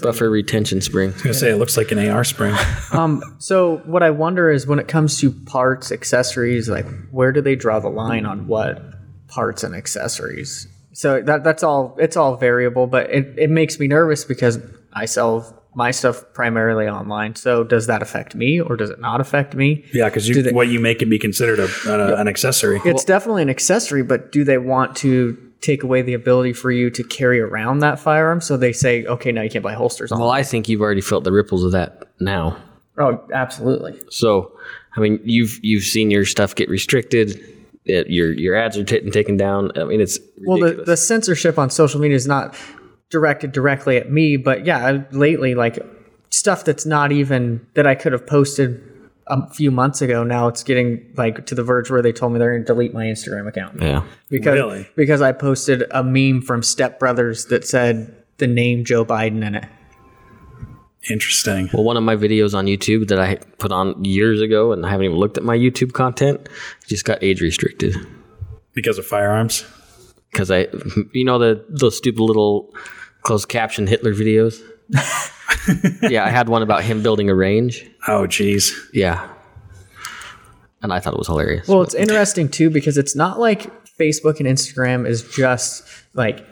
B: buffer retention spring.
A: I was gonna say it looks like an AR spring.
C: so? What I wonder is when it comes to parts, accessories, like where do they draw the line on what parts and accessories? So that that's all. It's all variable, but it, it makes me nervous because I sell my stuff primarily online. So does that affect me, or does it not affect me?
A: Yeah, because you, what you make can be considered a, uh, an accessory.
C: It's definitely an accessory, but do they want to take away the ability for you to carry around that firearm? So they say, okay, now you can't buy holsters. On.
B: Well, I think you've already felt the ripples of that now.
C: Oh, absolutely.
B: So, I mean, you've you've seen your stuff get restricted. It, your your ads are t- taken down. I mean, it's
C: Well,
B: ridiculous.
C: the, the censorship on social media is not directed directly at me, but yeah, I- lately, like stuff that's not even that I could have posted a few months ago. Now it's getting like to the verge where they told me they're going to delete my Instagram account.
B: yeah.
C: because
A: Really?
C: because I posted a meme from Step Brothers that said the name Joe Biden in it.
A: Interesting.
B: Well, one of my videos on YouTube that I put on years ago, and I haven't even looked at my YouTube content, just got age restricted
A: Because of firearms.
B: because I, *laughs* you know, the those stupid little closed caption
A: *laughs*
B: Hitler videos. yeah, I had one about him building a range.
A: Oh, geez.
B: Yeah, and I thought it was hilarious.
C: Well, it's interesting too because it's not like Facebook and Instagram is just like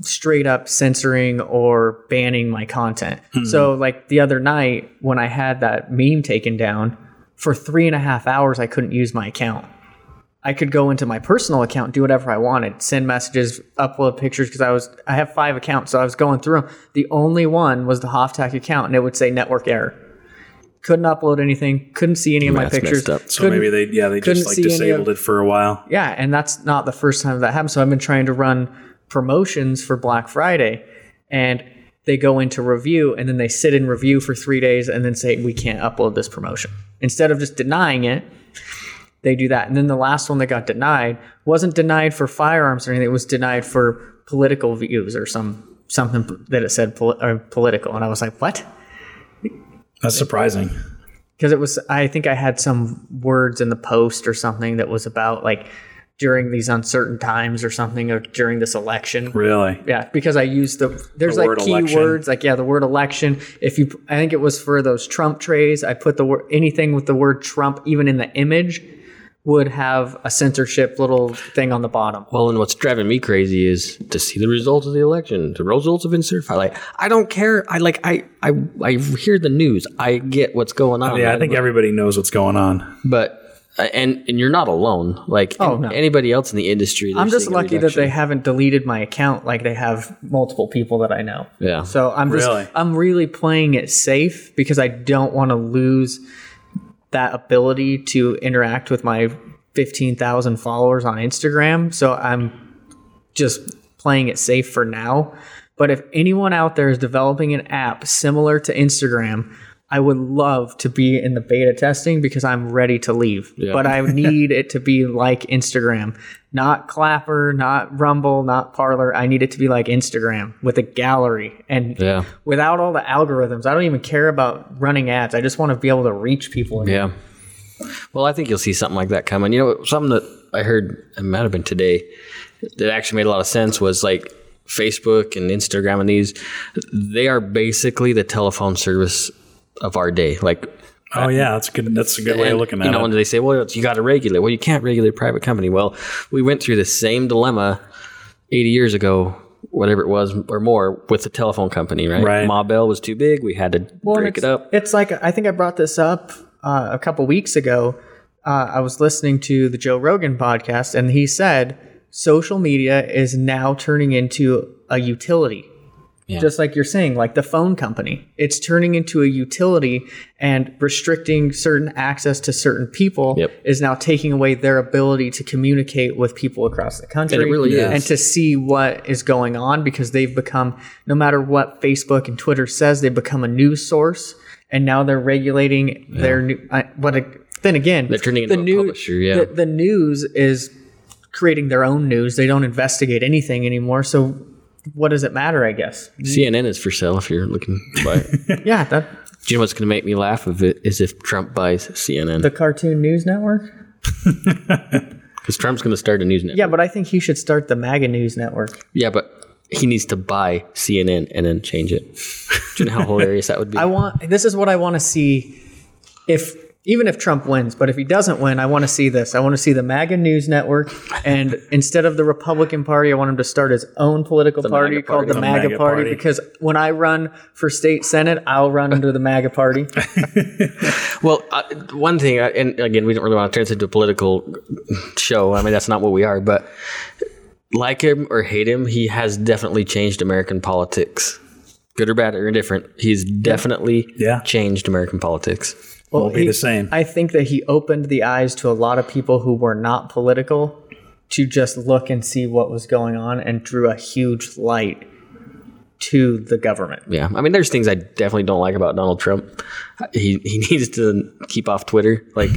C: straight up censoring or banning my content. So, like the other night when I had that meme taken down, for three and a half hours, I couldn't use my account. I could go into my personal account, do whatever I wanted, send messages, upload pictures because I was I have five accounts, so I was going through them. The only one was the Hoftac account, and it would say network error. Couldn't upload anything. Couldn't see any of my
B: That's messed
C: pictures.
B: up.
A: So maybe they yeah they
C: couldn't
A: just like
C: see any
A: disabled
C: of-
A: it for a while.
C: Yeah, and that's not the first time that happened. So I've been trying to run promotions for Black Friday, and they go into review and then they sit in review for three days and then say we can't upload this promotion. Instead of just denying it, they do that. And then the last one that got denied wasn't denied for firearms or anything; it was denied for political views or some something that it said poli- or political. And I was like, what?
A: That's surprising.
C: because it was i think i had some words in the post or something that was about like during these uncertain times or something or during this election
A: Really.
C: yeah because i used the there's
A: The
C: like
A: word
C: key
A: election.
C: words like yeah the word election if you i think it was for those trump trays i put the word anything with the word trump even in the image would have a censorship little thing on the bottom
B: Well, and what's driving me crazy is to see the results of the election, the results have been certified. Like, I don't care. I like, I, I, I hear the news. I get what's going on.
A: Yeah, I think everybody knows what's going on.
B: but uh, and and you're not alone. Like,
C: Oh, no.
B: anybody else in the industry. they're
C: i'm just
B: seeing a
C: lucky that
B: reduction.
C: they haven't deleted my account like they have multiple people that i know
B: Yeah.
C: So I'm just
A: Really?
C: I'm really playing it safe because I don't want to lose that ability to interact with my 15,000 followers on Instagram. So I'm just playing it safe for now. But if anyone out there is developing an app similar to Instagram, I would love to be in the beta testing because I'm ready to leave. But I need it to be like Instagram, not Clapper, not Rumble, not Parlor. I need it to be like Instagram with a gallery and
B: Yeah.
C: without all the algorithms. I don't even care about running ads. I just want to be able to reach people.
B: Yeah. Well, I think you'll see something like that coming. You know, something that I heard it might have been today that actually made a lot of sense was like Facebook and Instagram and these. They are basically the telephone service of our day. Like
A: Oh yeah, that's good. That's a good way of
B: And,
A: looking
B: you
A: at
B: know, and
A: it.
B: they say, well, you got to regulate. Well, you can't regulate a private company. Well, we went through the same dilemma 80 years ago, whatever it was or more, with the telephone company, right?
A: Right.
B: Ma Bell was too big. We had to
C: and
B: break it
C: it's,
B: up.
C: It's like I think I brought this up uh, a couple weeks ago. Uh, I was listening to the Joe Rogan podcast, and he said social media is now turning into a utility. Just like you're saying, like the phone company, it's turning into a utility and restricting certain access to certain people
B: Yep.
C: is now taking away their ability to communicate with people across the country
B: really is.
C: and to see what is going on because they've become no matter what Facebook and Twitter says they become a news source and now they're regulating their new I, what a, then again they're
B: turning into a publisher, yeah.
C: the, the news is creating their own news they don't investigate anything anymore so what does it matter I guess
A: *laughs*
B: CNN is for sale if you're looking to buy it.
C: yeah that
B: you know what's going to make me laugh of it is if Trump buys CNN
C: The Cartoon News Network?
B: because Trump's going to start a news network.
C: Yeah, but I think he should start the MAGA News Network.
B: Yeah, but he needs to buy CNN and then change it. *laughs* Do you know how hilarious that would be?
C: I want this is what I want to see if even if Trump wins, but if he doesn't win, I want to see this. I want to see the MAGA News Network, and instead of the Republican Party, I want him to start his own political party,
B: MAGA
C: called
B: Party.
C: the
A: The
C: MAGA,
A: MAGA
C: Party.
A: Party.
C: Because when I run for state senate, I'll run under the MAGA Party.
B: well, uh, one thing, uh, and again, we don't really want to turn this into a political show. I mean, that's not what we are. But like him or hate him, he has definitely changed American politics. Good or bad or indifferent, he's definitely
A: Yeah.
B: changed American politics.
C: Well,
A: Won't be the same.
C: I think that he opened the eyes to a lot of people who were not political to just look and see what was going on, and drew a huge light to the government.
B: Yeah, I mean, there's things I definitely don't like about Donald Trump. He he *laughs* needs to keep off Twitter. Like,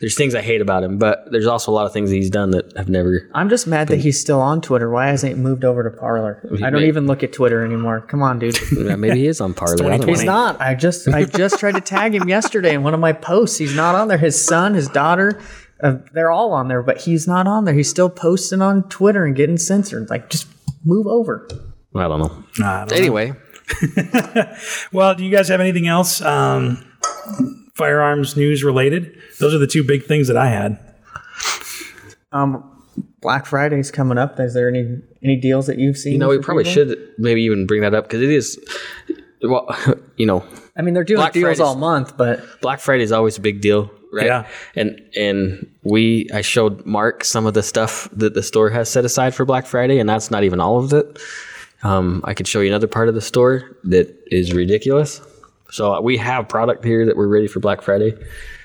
B: there's things I hate about him, but there's also a lot of things he's done that have never.
C: I'm just mad that he's still on Twitter. Why hasn't he moved over to Parlor? I don't
B: may-
C: even look at Twitter anymore. Come
B: *laughs*
C: on, dude.
B: Yeah, maybe he is on par.
C: He's not. I just I just tried to tag him yesterday in one of my posts. He's not on there. His son, his daughter, uh, they're all on there, but he's not on there. He's still posting on Twitter and getting censored. Like, just move over.
B: I don't know.
A: Nah, I don't
B: Anyway,
A: Well, do you guys have anything else um, firearms news related? Those are the two big things that I had.
C: Um, Black Friday's coming up. Is there any any deals that you've seen?
B: you know, we
C: for
B: probably
C: people?
B: should maybe even bring that up because it is. Well, *laughs* you know,
C: I mean, they're doing
B: Black
C: deals
B: Friday's-
C: all month, but
B: Black Friday is always a big deal, right?
A: Yeah.
B: And and we I showed Mark some of the stuff that the store has set aside for Black Friday, and that's not even all of it. Um, I could show you another part of the store that is ridiculous. So uh, we have product here that we're ready for Black Friday,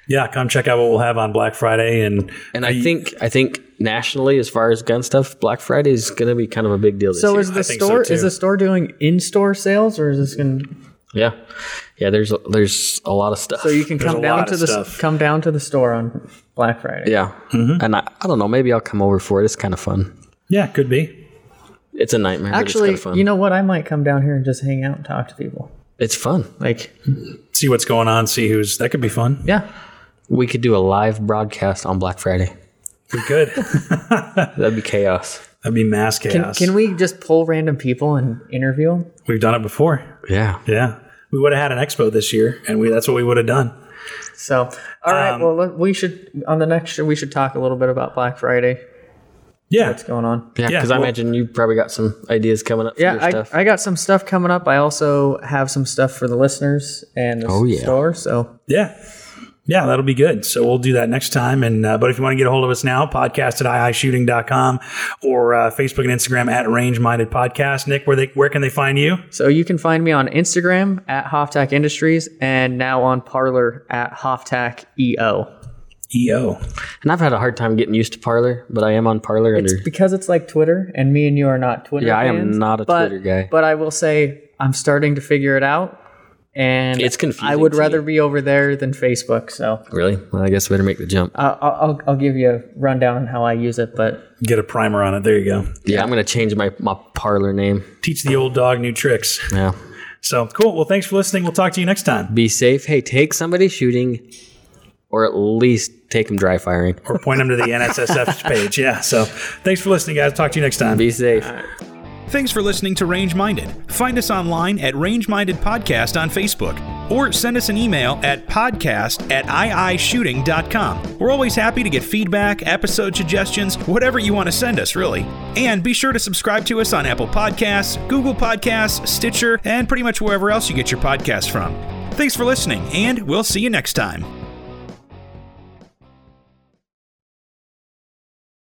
A: Yeah, come check out what we'll have on Black Friday. And
B: and I think I think nationally, as far as gun stuff, Black Friday is going to be kind of a big deal. This
C: so
B: year.
C: is the
A: think so,
C: store is
A: too.
C: the store doing in store sales or is this going? to...
B: yeah, yeah. There's there's a lot of stuff.
C: So you can come
A: a
C: down
A: lot
C: to
A: of
C: the
A: stuff.
C: come down to the store on Black Friday.
B: Yeah. And I, I don't know. Maybe I'll come over for it. It's kind of fun.
A: yeah, could be.
B: It's a nightmare. but
C: Actually,
B: it's kind of fun.
C: you know what? I might come down here and just hang out and talk to people.
B: it's fun.
C: Like,
A: See what's going on. See who's that could be fun.
C: yeah,
B: We could do a live broadcast on Black Friday.
A: We
C: *laughs*
A: could.
B: That'd be chaos.
A: That'd be mass
C: can,
A: chaos.
C: can we just pull random people and interview them?
A: We've done it before.
B: Yeah.
A: Yeah, we would have had an expo this year, and we that's what we would have done.
C: So, all right. well, let- we should on the next show we should talk a little bit about Black Friday.
A: Yeah,
C: What's going on?
B: Yeah.
A: Yeah,
B: Because I
A: well-
B: imagine you probably got some ideas coming up.
C: Yeah,
B: for your
C: I,
B: stuff.
C: I got some stuff coming up. I also have some stuff for the listeners and the
B: Oh, yeah.
C: store. So
A: yeah. Yeah, that'll be good. So we'll do that next time. And uh, but if you want to get a hold of us now, podcast at iishooting.com or uh, Facebook and Instagram at Range Minded Podcast. Nick, where they where can they find you?
C: So you can find me on Instagram at Hoftac Industries and now on Parlor at Hoftac E EO.
A: EO.
B: and I've had a hard time getting used to Parlor, but I am on Parlor. Under
C: It's because it's like Twitter, and me and you are not Twitter.
B: Yeah, I am
C: fans,
B: not a
C: but-
B: Twitter guy.
C: But I will say I'm starting to figure it out, and
B: It's confusing
C: I would
B: to
C: rather
B: me.
C: be over there than Facebook. So uh,
B: really? Well, I guess I better make the jump.
C: I'll, I'll I'll give you a rundown on how I use it. But
A: Get a primer on it. There you go.
B: yeah, I'm gonna change my my Parlor name.
A: Teach the old dog new tricks.
B: Yeah.
A: So cool. Well, thanks for listening. We'll talk to you next time.
B: Be safe. Hey, take somebody shooting, or at least take them dry firing.
A: Or point them to the NSSF page. Yeah. So thanks for listening, guys. Talk to you next time.
B: Be safe.
D: Thanks for listening to Range Minded. Find us online at Range Minded Podcast on Facebook or send us an email at podcast at iishooting.com. We're always happy to get feedback, episode suggestions, whatever you want to send us, really. And be sure to subscribe to us on Apple Podcasts, Google Podcasts, Stitcher, and pretty much wherever else you get your podcasts from. Thanks for listening, and we'll see you next time.